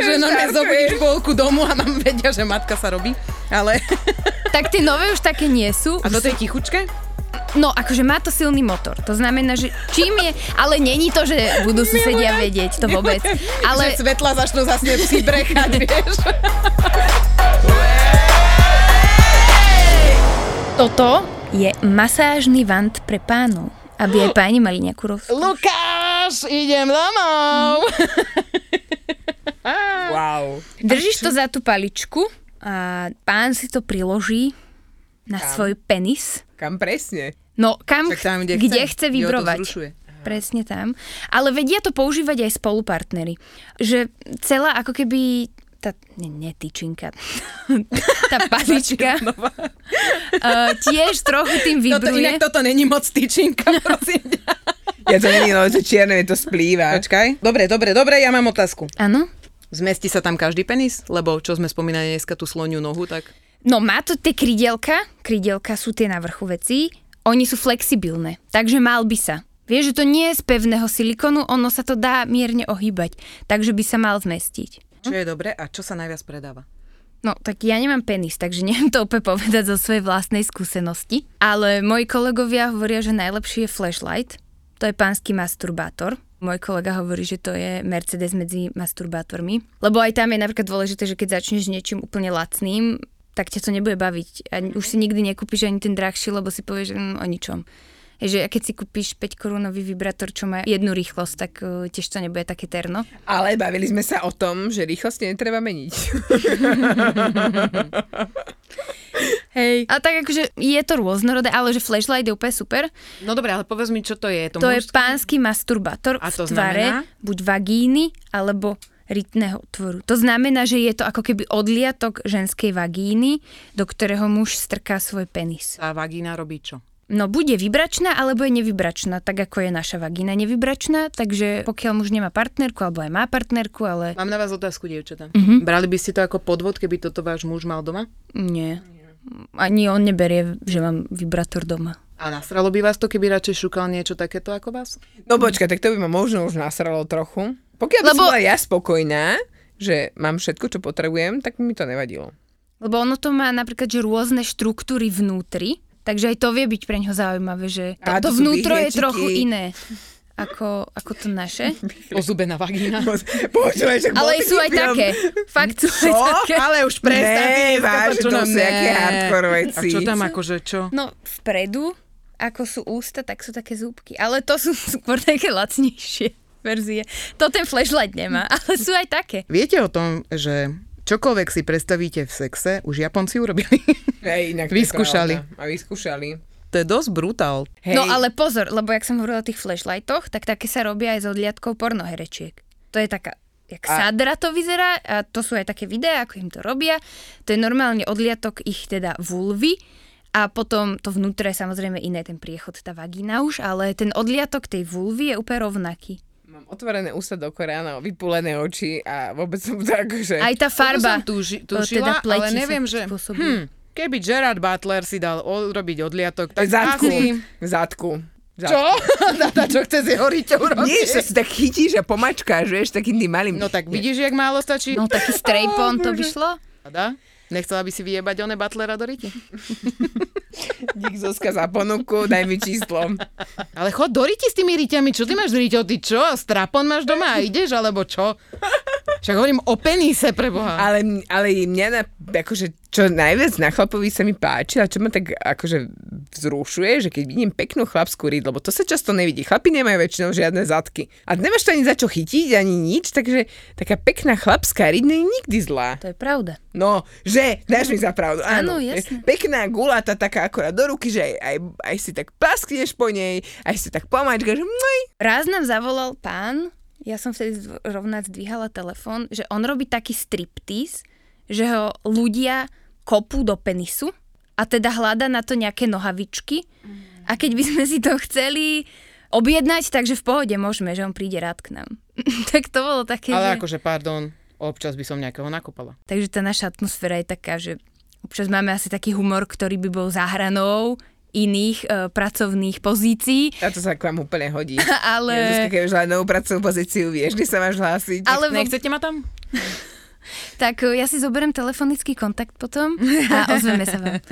[SPEAKER 2] že normálne zobudíš polku domu a nám vedia, že matka sa robí. Ale...
[SPEAKER 3] Tak tie nové už také nie sú.
[SPEAKER 2] A
[SPEAKER 3] Už
[SPEAKER 2] toto je tichučke?
[SPEAKER 3] No, akože má to silný motor. To znamená, že čím je... Ale není to, že budú susedia vedieť, to vôbec. Ale...
[SPEAKER 2] Že svetla začnú zase psi brechať, vieš?
[SPEAKER 3] Toto je masážny vant pre pánov, aby aj páni mali nejakú rozkoš.
[SPEAKER 2] Lukáš, idem domov!
[SPEAKER 4] Wow.
[SPEAKER 3] Držíš to za tú paličku a pán si to priloží na svoj penis.
[SPEAKER 4] Kam presne?
[SPEAKER 3] No, kam,
[SPEAKER 2] Tak tam, kde,
[SPEAKER 3] kde chce
[SPEAKER 2] Jo, to
[SPEAKER 3] vibrovať.
[SPEAKER 2] vzrušuje.
[SPEAKER 3] Presne tam. Ale vedia to používať aj spolupartnery. Že celá ako keby tá, ne, ne tyčinka, tá palička uh, tiež trochu tým
[SPEAKER 2] Toto, No inak
[SPEAKER 3] vibruje.
[SPEAKER 2] toto není moc tyčinka, prosím ťa.
[SPEAKER 4] Ja to není, no, že čierne mi to splýva.
[SPEAKER 2] Počkaj. Dobre, dobre, dobre, ja mám otázku.
[SPEAKER 3] Áno.
[SPEAKER 2] Zmestí sa tam každý penis? Lebo čo sme spomínali dneska, tú sloniu nohu, tak...
[SPEAKER 3] No má to tie krydielka, krydielka sú tie na vrchu veci, oni sú flexibilné, takže mal by sa. Vieš, že to nie je z pevného silikonu, ono sa to dá mierne ohýbať, takže by sa mal zmestiť.
[SPEAKER 2] Čo je dobre a čo sa najviac predáva?
[SPEAKER 3] No, tak ja nemám penis, takže neviem to opäť povedať zo svojej vlastnej skúsenosti. Ale moji kolegovia hovoria, že najlepší je flashlight. To je pánsky masturbátor. Môj kolega hovorí, že to je Mercedes medzi masturbátormi. Lebo aj tam je napríklad dôležité, že keď začneš niečím úplne lacným, tak ťa to nebude baviť. A už si nikdy nekúpiš ani ten drahší, lebo si povieš že, mm, o ničom. Je, Že keď si kúpiš 5 korunový vibrátor, čo má jednu rýchlosť, tak eh, tiež to nebude také terno.
[SPEAKER 4] Ale bavili sme sa o tom, že rýchlosť netreba meniť.
[SPEAKER 3] Hej. A tak akože je to rôznorodé, ale že flashlight je úplne super.
[SPEAKER 2] No dobre, ale povedz mi, čo to je. To,
[SPEAKER 3] To je pánsky masturbátor
[SPEAKER 2] A to
[SPEAKER 3] v tvare
[SPEAKER 2] znamená?
[SPEAKER 3] buď vagíny alebo rytného otvoru. To znamená, že je to ako keby odliatok ženskej vagíny, do ktorého muž strká svoj penis.
[SPEAKER 2] Tá vagína robí čo?
[SPEAKER 3] No buď je vibračná, alebo je nevibračná, tak ako je naša vagína nevibračná, takže pokiaľ muž nemá partnerku, alebo aj má partnerku, ale
[SPEAKER 2] Mám na vás otázku, dievčatá. Mm-hmm. Brali by ste to ako podvod, keby toto váš muž mal doma?
[SPEAKER 3] nie. Ani on neberie, že mám vibrátor doma.
[SPEAKER 2] A nasralo by vás to, keby radšej šukal niečo takéto ako vás?
[SPEAKER 4] No počkaj, tak to by ma možno už nasralo trochu. Pokiaľ by
[SPEAKER 3] Lebo-
[SPEAKER 4] som bola ja spokojná, že mám všetko, čo potrebujem, tak by mi to nevadilo.
[SPEAKER 3] Lebo ono to má napríklad, že rôzne štruktúry vnútri, takže aj to vie byť pre ňo zaujímavé, že to,
[SPEAKER 4] Á,
[SPEAKER 3] to
[SPEAKER 4] to sú
[SPEAKER 3] vnútro je
[SPEAKER 4] vyhriečky.
[SPEAKER 3] trochu iné ako, ako to naše.
[SPEAKER 2] Ozubená vagína.
[SPEAKER 4] Počúvaj, však
[SPEAKER 3] Ale
[SPEAKER 4] bol
[SPEAKER 3] sú aj
[SPEAKER 4] taký film.
[SPEAKER 3] také. Fakt sú aj
[SPEAKER 4] Čo?
[SPEAKER 3] také.
[SPEAKER 2] No, Ale už prestaň.
[SPEAKER 4] Ne,
[SPEAKER 2] ty dneska
[SPEAKER 4] vážne, to
[SPEAKER 2] nám-
[SPEAKER 4] sú nejaké
[SPEAKER 2] Ne.
[SPEAKER 4] hardcore
[SPEAKER 2] A
[SPEAKER 4] veci.
[SPEAKER 2] čo tam akože, čo?
[SPEAKER 3] No vpredu, ako sú ústa, tak sú také zúbky. Ale to sú skôr také lacnejšie verzie. To ten flashlight nemá, ale sú aj také.
[SPEAKER 2] Viete o tom, že čokoľvek si predstavíte v sexe, už Japonci urobili.
[SPEAKER 4] Hej, inak to je
[SPEAKER 2] Vyskúšali.
[SPEAKER 4] pravda. A vyskúšali.
[SPEAKER 2] to je dosť brutál.
[SPEAKER 4] Hej.
[SPEAKER 3] No ale pozor, lebo jak som hovorila o tých flashlightoch, tak také sa robia aj s odliadkou pornoherečiek. To je taká, jak a... sadra to vyzerá, a to sú aj také videá, ako im to robia. To je normálne odliadok ich teda vulvy a potom to vnútre je samozrejme iné, ten priechod, tá vagina už, ale ten odliatok tej vulvy je úplne rovnaký.
[SPEAKER 4] Mám otvorené ústa do korána, vypulené oči a vôbec som to akože...
[SPEAKER 3] Aj tá
[SPEAKER 2] E, Toto
[SPEAKER 3] farba,
[SPEAKER 2] som tuži,
[SPEAKER 3] o,
[SPEAKER 2] tužila, teda ale
[SPEAKER 3] sa
[SPEAKER 2] neviem, že...
[SPEAKER 3] spôsobí.
[SPEAKER 2] Hm, keby Gerard Butler si dal urobiť odliatok, tak
[SPEAKER 4] Zadku.
[SPEAKER 2] asi...
[SPEAKER 4] Zadku. Zadku.
[SPEAKER 2] Čo? Tata, čo chce si horiť urobiť?
[SPEAKER 4] Nie, že si tak chytíš a pomačkáš, vieš, takým tým malým.
[SPEAKER 2] No tak vidíš, jak málo stačí?
[SPEAKER 3] No taký strejpon, to by šlo.
[SPEAKER 2] Dá? Nechcela by si vyjebať one Butlera do ryti?
[SPEAKER 4] Dík Zuzka za ponuku, daj mi číslo.
[SPEAKER 2] Ale chod do riti s tými riťami, čo ty máš riťo, ty čo? Strapon máš doma a ideš, alebo čo? Však hovorím o penise, preboha.
[SPEAKER 4] Ale, ale mňa, na, akože, čo najviac na chlapovi sa mi páči a čo ma tak akože vzrušuje, že keď vidím peknú chlapskú ryd, lebo to sa často nevidí. Chlapi nemajú väčšinou žiadne zadky. A nemáš to ani za čo chytiť, ani nič, takže taká pekná chlapská ryd nie je nikdy zlá.
[SPEAKER 3] To je pravda.
[SPEAKER 4] No, že, dáš mi za pravdu,
[SPEAKER 3] Áno,
[SPEAKER 4] áno.
[SPEAKER 3] jasné.
[SPEAKER 4] Pekná gulata, taká akorát do ruky, že aj, aj, aj si tak plaskneš po nej, aj si tak pomáčkaš, mňaj.
[SPEAKER 3] Raz nám zavolal pán, ja som vtedy zdv- rovná zdvíhala telefón, že on robí taký striptease, že ho ľudia kopú do penisu a teda hľada na to nejaké nohavičky. A keď by sme si to chceli objednať, takže v pohode môžeme, že on príde rád k nám. tak to bolo také,
[SPEAKER 2] Ale
[SPEAKER 3] že...
[SPEAKER 2] akože, pardon, občas by som nejakého nakopala.
[SPEAKER 3] Takže tá naša atmosféra je taká, že občas máme asi taký humor, ktorý by bol záhranou iných e, pracovných pozícií,
[SPEAKER 4] A to sa k vám úplne hodí.
[SPEAKER 3] ale...
[SPEAKER 4] Ja, Zuzka, keď už hľadá novú pracovnú pozíciu, vieš, kde sa máš hlásiť.
[SPEAKER 3] Ale vo-
[SPEAKER 2] Nechcete ma tam?
[SPEAKER 3] Tak e, ja si zoberiem telefonický kontakt potom a ozveme sa vám.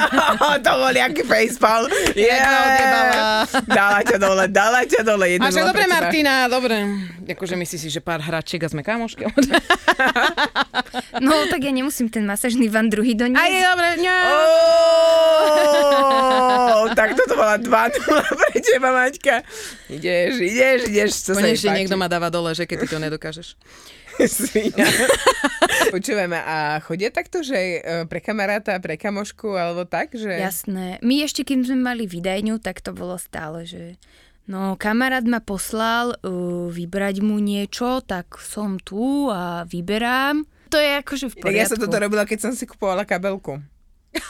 [SPEAKER 4] to bol nejaký facepalm.
[SPEAKER 2] odjebala.
[SPEAKER 4] Yeah. Dala ťa dole, dala ťa dole. Jeden
[SPEAKER 2] A však
[SPEAKER 4] bol
[SPEAKER 2] dobre,
[SPEAKER 4] pre teba.
[SPEAKER 2] Martina, dobre. Akože myslíš si, že pár hračiek a sme kamošky?
[SPEAKER 3] No tak ja nemusím ten masažný van druhý
[SPEAKER 2] A je
[SPEAKER 3] doniesť.
[SPEAKER 2] dobre, ňa.
[SPEAKER 4] Ó, Tak toto bola 2 pre teba, Maťka. Ideš, ideš, ideš, čo sa mi
[SPEAKER 2] Konečne
[SPEAKER 4] páči.
[SPEAKER 2] niekto ma dáva dole, že keď ty to nedokážeš.
[SPEAKER 4] Svinia. Počúvame, a chodia takto, že e, pre kamaráta, pre kamošku, alebo tak, že...
[SPEAKER 3] Jasné. My ešte, kým sme mali vydajňu, tak to bolo stále, že no kamarát ma poslal uh, vybrať mu niečo, tak som tu a vyberám. To je akože v
[SPEAKER 4] Tak
[SPEAKER 3] poriadku.
[SPEAKER 4] ja som toto robila, keď som si kupovala kabelku.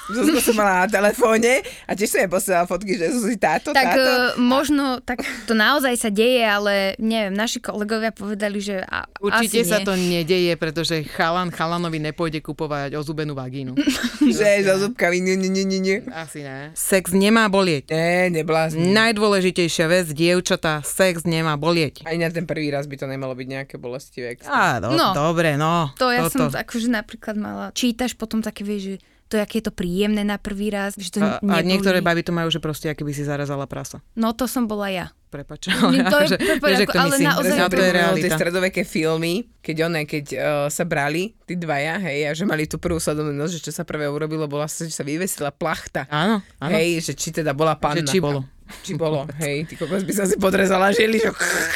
[SPEAKER 4] Zuzku som mala na telefóne a tiež som jej posielala fotky, že Zuzi táto,
[SPEAKER 3] tak
[SPEAKER 4] táto.
[SPEAKER 3] eh, možno, tak to naozaj sa deje, ale neviem, naši kolegovia povedali, že a,
[SPEAKER 5] Určite
[SPEAKER 3] asi
[SPEAKER 5] sa
[SPEAKER 3] nie.
[SPEAKER 5] to nedeje, pretože chalan chalanovi nepôjde kupovať ozubenú vagínu.
[SPEAKER 2] e, no.
[SPEAKER 4] Že za zubkami, nie, nie, nie, nie, nie.
[SPEAKER 5] Asi ne.
[SPEAKER 2] Sex nemá bolieť.
[SPEAKER 4] Ne,
[SPEAKER 2] No.
[SPEAKER 4] neblázni.
[SPEAKER 2] Najdôležitejšia vec, dievčatá, sex nemá bolieť.
[SPEAKER 4] Aj na ten prvý raz by to nemalo byť nejaké bolestivé.
[SPEAKER 2] Á,
[SPEAKER 4] extra.
[SPEAKER 2] do,
[SPEAKER 3] No.
[SPEAKER 2] dobre, no.
[SPEAKER 3] To ja som akože napríklad mala, čítaš potom také, vieš, že to, aké je to príjemné na prvý raz, že to
[SPEAKER 2] A, a
[SPEAKER 3] nebolí.
[SPEAKER 2] niektoré baby to majú, že proste, aké by si zarazala prasa.
[SPEAKER 3] No to som bola ja.
[SPEAKER 2] Prepač.
[SPEAKER 3] Nie, to
[SPEAKER 2] akože,
[SPEAKER 3] je v poriadku,
[SPEAKER 2] vieš, jak to
[SPEAKER 3] ale
[SPEAKER 2] myslím. No,
[SPEAKER 3] naozaj
[SPEAKER 2] to je
[SPEAKER 3] to-
[SPEAKER 4] tie
[SPEAKER 2] realita.
[SPEAKER 4] stredoveké filmy, keď one, keď uh, sa brali, tí dvaja, hej, a že mali tú prvú sladovnú že čo sa prvé urobilo, bola sa, že sa vyvesila plachta.
[SPEAKER 2] Áno, áno.
[SPEAKER 4] Hej, že či teda bola panna.
[SPEAKER 2] Že či bolo.
[SPEAKER 4] Či bolo, hej, ty kokos by som si podrezala žili, že...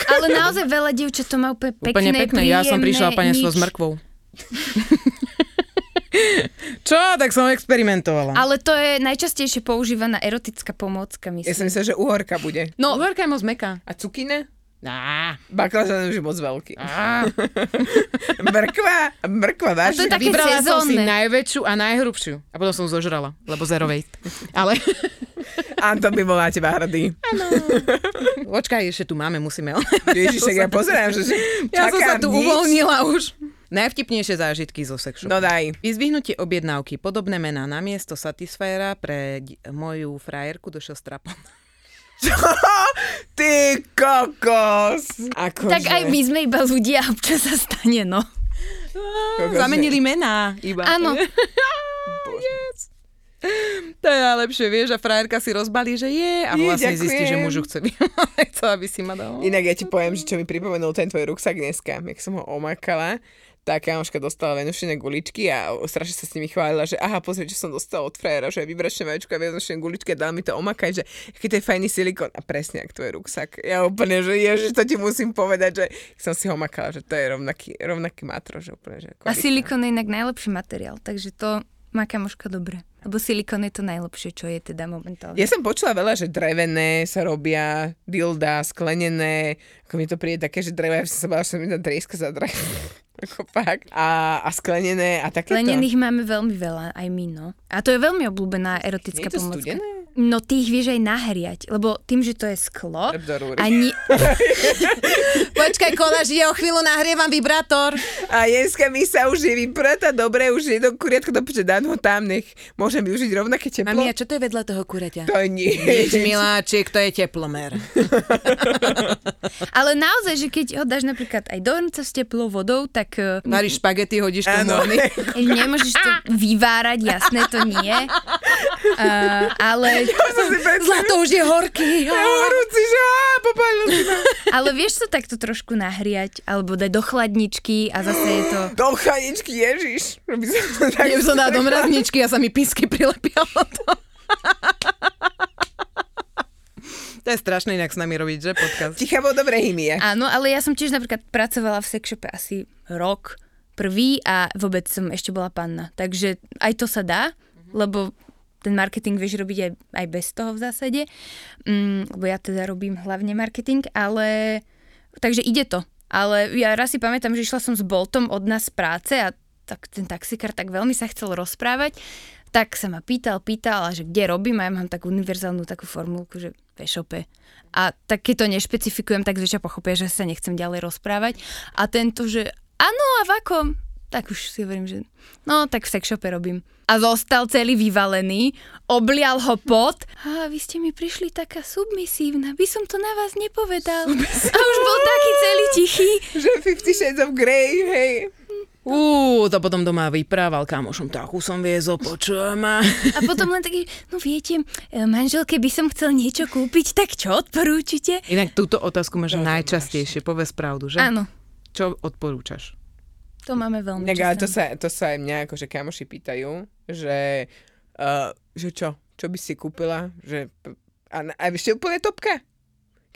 [SPEAKER 3] Ale naozaj veľa dievčat to má úplne pekné,
[SPEAKER 2] Úplne pekné, ja som prišla a
[SPEAKER 3] príjemné,
[SPEAKER 2] panestvo
[SPEAKER 3] nič.
[SPEAKER 2] s mrkvou. Čo? Tak som experimentovala.
[SPEAKER 3] Ale to je najčastejšie používaná erotická pomôcka,
[SPEAKER 4] Ja
[SPEAKER 3] myslím.
[SPEAKER 4] som myslela, že uhorka bude.
[SPEAKER 2] No, uhorka je moc meká.
[SPEAKER 4] A cukina?
[SPEAKER 2] Á,
[SPEAKER 4] Baklažan už je moc veľký.
[SPEAKER 2] á.
[SPEAKER 4] Mrkva, mrkva
[SPEAKER 3] A to je
[SPEAKER 4] vážne.
[SPEAKER 3] také
[SPEAKER 2] Vybrala som si
[SPEAKER 3] sezónne.
[SPEAKER 2] najväčšiu a najhrubšiu. A potom som zožrala, lebo zero waste. Ale
[SPEAKER 4] Anton by bol na teba hrdý.
[SPEAKER 2] počkaj, ešte tu máme, musíme.
[SPEAKER 4] Ježiš, tak ja pozerám, že že
[SPEAKER 2] Ja som sa
[SPEAKER 4] čakám
[SPEAKER 2] tu
[SPEAKER 4] nič.
[SPEAKER 2] uvoľnila už. Najvtipnejšie zážitky zo sexu.
[SPEAKER 4] No daj.
[SPEAKER 2] Vyzvihnutie objednávky, podobné mená na miesto Satisfiera pre d- moju frajerku došiel strapon.
[SPEAKER 4] Čo? Ty kokos. Akože.
[SPEAKER 3] Tak aj my sme iba ľudia a občas sa stane, no.
[SPEAKER 4] Kokos,
[SPEAKER 2] Zamenili mená iba.
[SPEAKER 3] Áno,
[SPEAKER 2] To je najlepšie, vieš, a frajerka si rozbalí, že je a
[SPEAKER 4] Je,
[SPEAKER 2] vlastne
[SPEAKER 4] ďakujem.
[SPEAKER 2] zistí, že mužu chce, chce aby si ma
[SPEAKER 3] No.
[SPEAKER 2] dal.
[SPEAKER 4] Inak ja ti poviem, že čo mi pripomenul ten tvoj ruksak dneska, jak som ho omakala, tá kamoška dostala venušené guličky a strašne sa s nimi chválila, že aha, pozri, čo som dostala od frajera, že vybračné vajíčko a venušené guličky a dala mi to omakať, že aký to je fajný silikon a presne ak tvoj ruksak. Ja úplne, že ježiš, to ti musím povedať, že som si ho omakala, že to je rovnaký, rovnaký matro, že úplne, že
[SPEAKER 3] a
[SPEAKER 4] kvalitné.
[SPEAKER 3] silikon je inak najlepší materiál, takže to má kamoška dobre. Lebo silikon je to najlepšie, čo je teda momentálne.
[SPEAKER 4] Ja som počula veľa, že drevené sa robia, dilda, sklenené, ako mi to príde také, že drevé, ja som sa bála, že sa mi tam trieska za drev. ako fakt. A, a sklenené a takéto.
[SPEAKER 3] Lenených máme veľmi veľa, aj my, no. A to je veľmi obľúbená
[SPEAKER 4] Nie
[SPEAKER 3] erotická
[SPEAKER 4] je to
[SPEAKER 3] pomôcka.
[SPEAKER 4] studené?
[SPEAKER 3] No ty ich vieš aj nahriať, lebo tým, že to je sklo
[SPEAKER 4] Drb do rúry.
[SPEAKER 3] a ni-
[SPEAKER 2] Počkaj, konáš, ide o chvíľu nahrievam vibrátor.
[SPEAKER 4] A dneska mi sa už je vyprata, dobre, už jedno kuriatko do peče, dám ho tam, nech môžem využiť rovnaké teplo.
[SPEAKER 2] Mami, a čo to je vedľa toho kuraťa?
[SPEAKER 4] To nie.
[SPEAKER 2] Nič, miláčik, to je teplomer.
[SPEAKER 3] ale naozaj, že keď ho dáš napríklad aj do hrnca s teplou vodou, tak eh,
[SPEAKER 4] No,
[SPEAKER 2] Varíš špagety, hodíš tomu
[SPEAKER 4] Áno.
[SPEAKER 2] ony.
[SPEAKER 3] nemôžeš to vyvárať, jasné, to nie. Uh, ale... Zlato už je horký.
[SPEAKER 4] Ja horúci, že á, popálil si ma.
[SPEAKER 3] Ale vieš sa takto trošku nahriať, alebo dať do chladničky a zase je to...
[SPEAKER 4] Do chladničky, ježiš. Robí sa to tak
[SPEAKER 2] Ja by som dala do mrazničky a sa mi písky prilepia o to. To je strašné inak s nami robiť, že podcast.
[SPEAKER 4] Tichá voda v rehymie.
[SPEAKER 3] Áno, ale ja som tiež napríklad pracovala v sexshope asi rok prvý a vôbec som ešte bola panna. Takže aj to sa dá, lebo ten marketing vieš robiť aj, aj bez toho v zásade. Mm, lebo ja teda robím hlavne marketing, ale... Takže ide to. Ale ja raz si pamätám, že išla som s Boltom od nás z práce a tak ten taxikár tak veľmi sa chcel rozprávať, tak sa ma pýtal, pýtal, a že kde robím a ja mám takú univerzálnu takú formulku, že pešope. A tak keď to nešpecifikujem, tak zväčša pochopia, že sa nechcem ďalej rozprávať. A tento, že áno a v akom? Tak už si hovorím, že no tak v sexshope robím. A zostal celý vyvalený, oblial ho pot. A vy ste mi prišli taká submisívna, by som to na vás nepovedal. A už bol taký celý tichý.
[SPEAKER 4] Že 50 Shades of Grey, hej.
[SPEAKER 2] Uú, to potom doma vyprával kamošom, takú som viezol, počujem ma.
[SPEAKER 3] A potom len taký, no viete, e, manželke by som chcel niečo kúpiť, tak čo odporúčite?
[SPEAKER 2] Inak túto otázku máš najčastejšie, povedz pravdu,
[SPEAKER 4] No.
[SPEAKER 2] že?
[SPEAKER 3] Áno,
[SPEAKER 2] Čo odporúčaš?
[SPEAKER 3] to máme veľmi
[SPEAKER 4] Tak, ale
[SPEAKER 3] často.
[SPEAKER 4] to sa, to sa aj mňa akože kamoši pýtajú, že, uh, že čo, čo by si kúpila, že a, a ešte úplne topka.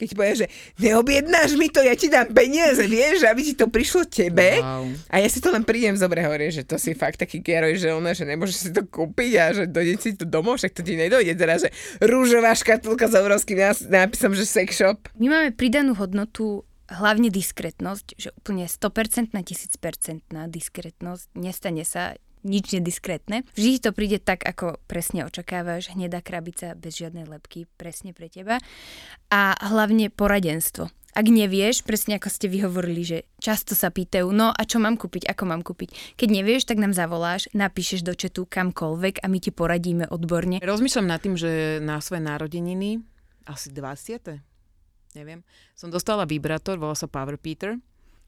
[SPEAKER 4] Keď ti povie, že neobjednáš mi to, ja ti dám peniaze, vieš, aby ti to prišlo tebe.
[SPEAKER 2] Wow.
[SPEAKER 4] A ja si to len prídem zobre hore, že to si fakt taký geroj, že ona, že nemôže si to kúpiť a že dojde si to domov, však to ti nedojde teraz, že rúžová škatulka s obrovským nás- nápisom, že sex shop.
[SPEAKER 3] My máme pridanú hodnotu hlavne diskrétnosť, že úplne 100% na 1000% diskrétnosť, nestane sa nič nediskrétne. Vždy ti to príde tak, ako presne očakávaš, hnedá krabica bez žiadnej lepky, presne pre teba. A hlavne poradenstvo. Ak nevieš, presne ako ste vyhovorili, že často sa pýtajú, no a čo mám kúpiť, ako mám kúpiť. Keď nevieš, tak nám zavoláš, napíšeš do četu kamkoľvek a my ti poradíme odborne.
[SPEAKER 2] Rozmýšľam nad tým, že na svoje narodeniny, asi 20. Neviem, som dostala vibrátor, volal sa Power Peter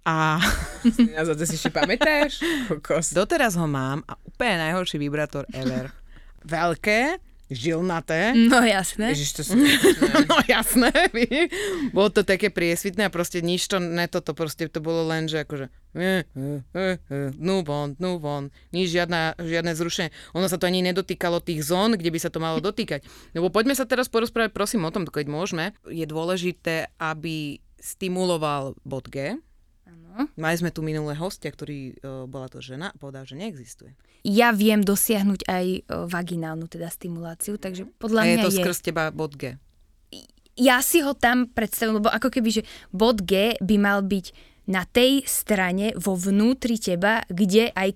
[SPEAKER 2] a
[SPEAKER 4] Na to si ešte pamätáš? Kokos.
[SPEAKER 2] doteraz ho mám a úplne najhorší vibrátor ever. Veľké, žilnaté,
[SPEAKER 3] No jasné.
[SPEAKER 4] Ježiš, to sú...
[SPEAKER 2] No jasné, víš. Bolo to také priesvitné a proste nič to, ne toto, proste to bolo len, že akože eh, eh, eh, eh, nu von, nu von, nič, žiadna, žiadne zrušenie. Ono sa to ani nedotýkalo tých zón, kde by sa to malo dotýkať. Lebo poďme sa teraz porozprávať, prosím, o tom, keď môžeme. Je dôležité, aby stimuloval bod G.
[SPEAKER 3] Áno.
[SPEAKER 2] Mali sme tu minulé hostia, ktorý, e, bola to žena, a povedal, že neexistuje.
[SPEAKER 3] ja viem dosiahnuť aj e, vaginálnu teda stimuláciu, takže
[SPEAKER 2] a
[SPEAKER 3] podľa
[SPEAKER 2] je
[SPEAKER 3] mňa
[SPEAKER 2] to
[SPEAKER 3] je.
[SPEAKER 2] skrz teba bod G.
[SPEAKER 3] Ja si ho tam predstavím, lebo ako keby, že bod G by mal byť na tej strane vo vnútri teba, kde aj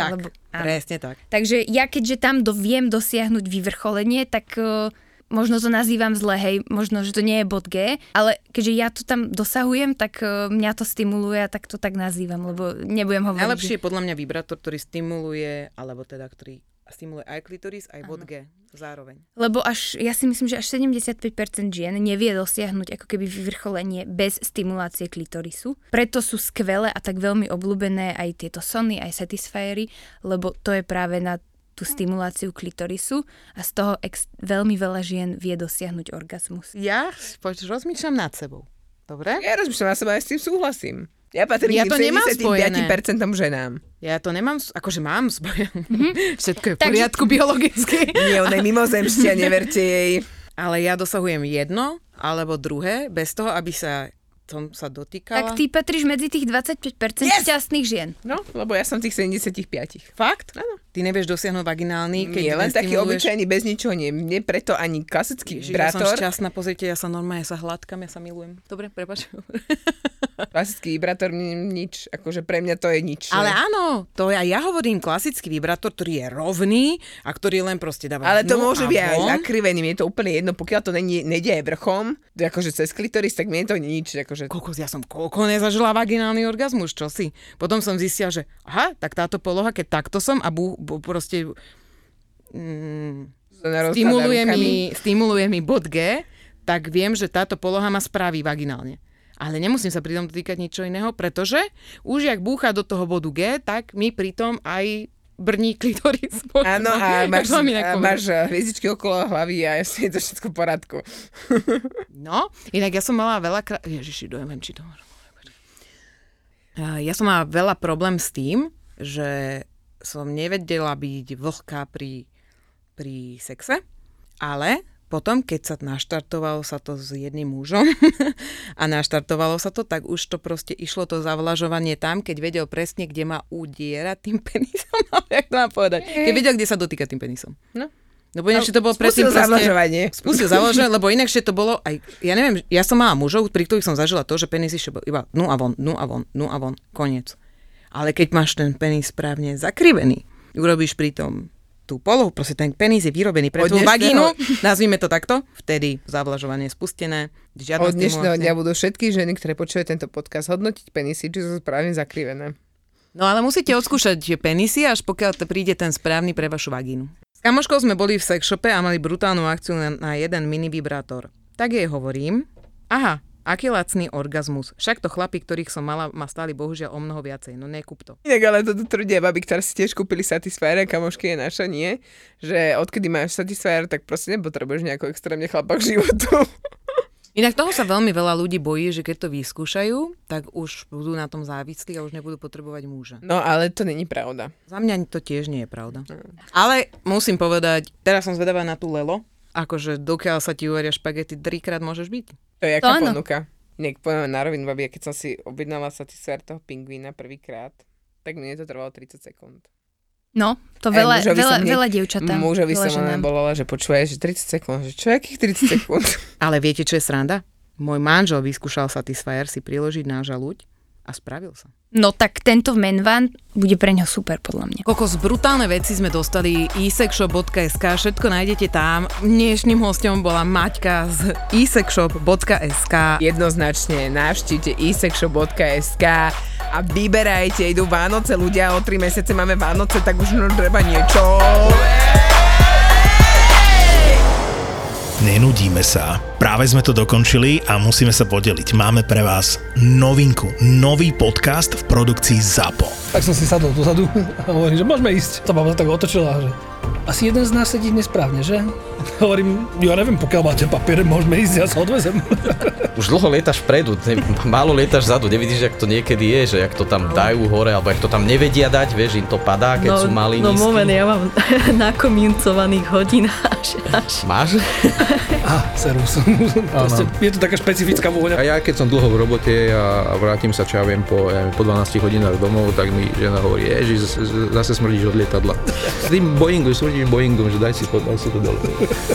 [SPEAKER 2] Tak,
[SPEAKER 3] alebo, áno.
[SPEAKER 2] presne tak.
[SPEAKER 3] Takže ja keďže tam do, viem dosiahnuť vyvrcholenie, tak e, možno to nazývam zle, hej, možno, že to nie je bod G, ale keďže ja to tam dosahujem, tak e, mňa to stimuluje a tak to tak nazývam, lebo nebudem hovoriť. že-
[SPEAKER 2] Najlepšie je podľa mňa vibrátor, ktorý stimuluje, alebo teda, ktorý stimuluje aj klitoris, aj bod G zároveň.
[SPEAKER 3] Lebo až, ja si myslím, že až 75% žien nevie dosiahnuť ako keby vyvrcholenie bez stimulácie klitorisu. Preto sú skvelé a tak veľmi obľúbené aj tieto sony, aj satisfiery, lebo to je práve na tú stimuláciu klitorisu a z toho ex- veľmi veľa žien vie dosiahnuť orgazmus.
[SPEAKER 2] Ja poč, rozmýšľam nad sebou. Dobre?
[SPEAKER 4] Ja rozmýšľam na seba, ja s tým súhlasím. Ja patrím
[SPEAKER 2] Ja
[SPEAKER 4] ja
[SPEAKER 2] to nemám spojené.
[SPEAKER 4] 75% ženám.
[SPEAKER 2] Ja to nemám, s- akože mám spojené. Všetko je v
[SPEAKER 3] Takže-
[SPEAKER 2] poriadku biologicky.
[SPEAKER 4] Nie, ona je mimozemšťa, neverte jej.
[SPEAKER 2] Ale ja dosahujem jedno alebo druhé, bez toho, aby sa som sa dotýkala.
[SPEAKER 3] Tak ty patríš medzi tých 25% yes! šťastných žien.
[SPEAKER 4] No, lebo ja som tých 75.
[SPEAKER 2] Fakt? Áno. Ty nevieš dosiahnuť vaginálny, keď
[SPEAKER 4] Keď je len taký
[SPEAKER 2] nestimuluješ-
[SPEAKER 4] obyčajný, bez ničoho nie. Mne preto ani klasický
[SPEAKER 2] Ježiš, Ja som
[SPEAKER 4] vibrátor,
[SPEAKER 2] šťastná, pozrite, ja sa normálne, ja sa hladkám, ja sa milujem. Dobre, prepač.
[SPEAKER 4] klasický vibrátor, mne nič. Akože pre mňa to je nič.
[SPEAKER 2] Ale áno, to ja, ja hovorím klasický vibrátor, ktorý je rovný a ktorý len proste dáva
[SPEAKER 4] Ale to
[SPEAKER 2] dnu
[SPEAKER 4] môže
[SPEAKER 2] No a
[SPEAKER 4] byť aj
[SPEAKER 2] von.
[SPEAKER 4] zakrivený, mne je to úplne jedno, pokiaľ to není, nejde aj vrchom, to je akože cez klitoris, tak mne je to nič, akože
[SPEAKER 2] Koľko, ja som koľko nezažila vaginálny orgazmus, čo si. Potom som zistila, že aha, tak táto poloha, keď takto som a bu, bu, proste mm,
[SPEAKER 4] to narozkladá
[SPEAKER 2] stimuluje,
[SPEAKER 4] rukami.
[SPEAKER 2] mi, stimuluje mi bod G, tak viem, že táto poloha ma spraví vaginálne. Ale nemusím sa pritom dotýkať ničo iného, pretože už jak búcha do toho bodu G, tak mi pritom aj brní klitoris. podľa
[SPEAKER 4] Áno,
[SPEAKER 2] mňa.
[SPEAKER 4] a
[SPEAKER 2] Tak
[SPEAKER 4] máš,
[SPEAKER 2] to mi
[SPEAKER 4] a
[SPEAKER 2] nakoľvek.
[SPEAKER 4] máš eh, hviezdičky okolo hlavy a je to všetko v poradku.
[SPEAKER 2] No, inak ja som mala veľa... Kra... Ježiši, dojmem, či to môžem povedať. A Eh, Ja som mala veľa problém s tým, že som nevedela byť vlhká pri, pri sexe, ale potom, keď sa naštartovalo sa to s jedným mužom a naštartovalo sa to, tak už to proste išlo to zavlažovanie tam, keď vedel presne, kde ma udierať tým penisom, alebo jak to mám povedať. Keď vedel, kde sa dotýka tým penisom.
[SPEAKER 4] No.
[SPEAKER 2] Lebo inakšie to bolo
[SPEAKER 4] Skúsil
[SPEAKER 2] presne proste...
[SPEAKER 4] zavlažovanie.
[SPEAKER 2] Skúsil založiť, lebo inakšie to bolo aj, ja neviem, ja som mala mužov, pri ktorých som zažila to, že penis išiel iba nu a von, nu a von, nu a von, koniec. Ale keď máš ten penis správne zakrivený, urobíš pritom tú polohu, proste ten penis je vyrobený pre
[SPEAKER 4] Od
[SPEAKER 2] tú
[SPEAKER 4] dnešného-
[SPEAKER 2] vagínu, nazvime to takto, vtedy zavlažovanie je spustené, žiadna
[SPEAKER 4] Od dnešného
[SPEAKER 2] stimulácia.
[SPEAKER 4] dňa budú všetky ženy, ktoré počujú tento podcast, hodnotiť penisy, či sú správne zakrivené.
[SPEAKER 2] No ale musíte odskúšať penisy, až pokiaľ to príde ten správny pre vašu vagínu. S kamoškou sme boli v sexshope a mali brutálnu akciu na, na jeden mini vibrátor. Tak jej hovorím, aha, aký lacný orgazmus. Však to chlapi, ktorých som mala, ma stáli bohužiaľ o mnoho viacej. No nekúp to.
[SPEAKER 4] Inak ale toto trudia baby, ktoré si tiež kúpili Satisfyer a kamošky je naša, nie? Že odkedy máš Satisfyer, tak proste nepotrebuješ nejako extrémne chlapa k životu.
[SPEAKER 2] Inak toho sa veľmi veľa ľudí bojí, že keď to vyskúšajú, tak už budú na tom závislí a už nebudú potrebovať muža.
[SPEAKER 4] No ale to není pravda.
[SPEAKER 2] Za mňa to tiež nie je pravda. Ale musím povedať, teraz som zvedavá na tú lelo. Akože dokiaľ sa ti uvaria špagety, trikrát môžeš byť.
[SPEAKER 4] To je
[SPEAKER 3] To
[SPEAKER 4] aká
[SPEAKER 3] áno.
[SPEAKER 4] ponuka. Inak poviem na rovinu, babi, keď som si objednala Satisfyer toho pingvína prvýkrát, tak mne to trvalo 30 sekúnd.
[SPEAKER 3] No, to
[SPEAKER 4] Aj
[SPEAKER 3] veľa,
[SPEAKER 4] mužovi
[SPEAKER 3] veľa,
[SPEAKER 4] som nie-
[SPEAKER 3] veľa dievčatám.
[SPEAKER 4] Mužovi
[SPEAKER 3] veľa
[SPEAKER 4] som len
[SPEAKER 3] ženám.
[SPEAKER 4] bolala, že počuje, že 30 sekúnd, že čo, akých 30 sekúnd?
[SPEAKER 2] Ale viete, čo je sranda? Môj manžel vyskúšal Satisfyer si priložiť na žalúď a spravil sa.
[SPEAKER 3] No tak tento menvan bude pre ňo super, podľa mňa.
[SPEAKER 2] Kokos, brutálne veci sme dostali isexshop.sk, všetko nájdete tam. Dnešným hostom bola Maťka z isexshop.sk.
[SPEAKER 4] Jednoznačne navštívte isexshop.sk a vyberajte, idú Vánoce ľudia, o 3 mesiace máme Vánoce, tak už no, treba niečo.
[SPEAKER 1] Nenudíme sa. Práve sme to dokončili a musíme sa podeliť. Máme pre vás novinku. Nový podcast v produkcii ZAPO.
[SPEAKER 6] Tak som si sadol dozadu a hovorím, že môžeme ísť. Tá baba sa tak otočila, že asi jeden z nás sedí nesprávne, že? Hovorím, ja neviem, pokiaľ máte papiere, môžeme ísť, ja sa odvezem.
[SPEAKER 7] Už dlho lietaš vpredu, ne, málo lietaš vzadu, nevidíš, jak to niekedy je, že jak to tam dajú hore, alebo jak to tam nevedia dať, vieš, im to padá, keď sú malí,
[SPEAKER 8] No. no
[SPEAKER 7] nízky.
[SPEAKER 8] moment, ja mám nakomincovaných hodín až, až.
[SPEAKER 7] Máš?
[SPEAKER 6] A, servus. Proste, je to taká špecifická vôňa.
[SPEAKER 9] A ja keď som dlho v robote a vrátim sa, čo ja viem, po, ja neviem, po 12 hodinách domov, tak mi žena hovorí, ježiš, z- z- zase smrdíš od lietadla. S tým Boeingom, smrdíš Boeingom, že daj si, to- daj si to dole.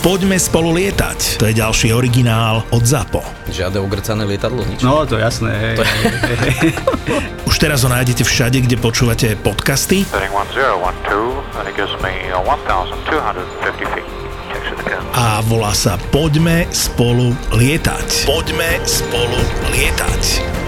[SPEAKER 1] Poďme spolu lietať. To je ďalší originál od ZAPO.
[SPEAKER 7] Žiadne ogrcané lietadlo, nič.
[SPEAKER 10] No, to jasné, hej. To...
[SPEAKER 1] Už teraz ho nájdete všade, kde počúvate podcasty
[SPEAKER 11] Setting 1012, and it gives me uh, 1,250 feet. Takes it again.
[SPEAKER 1] a volá sa Poďme spolu lietať. Poďme spolu lietať.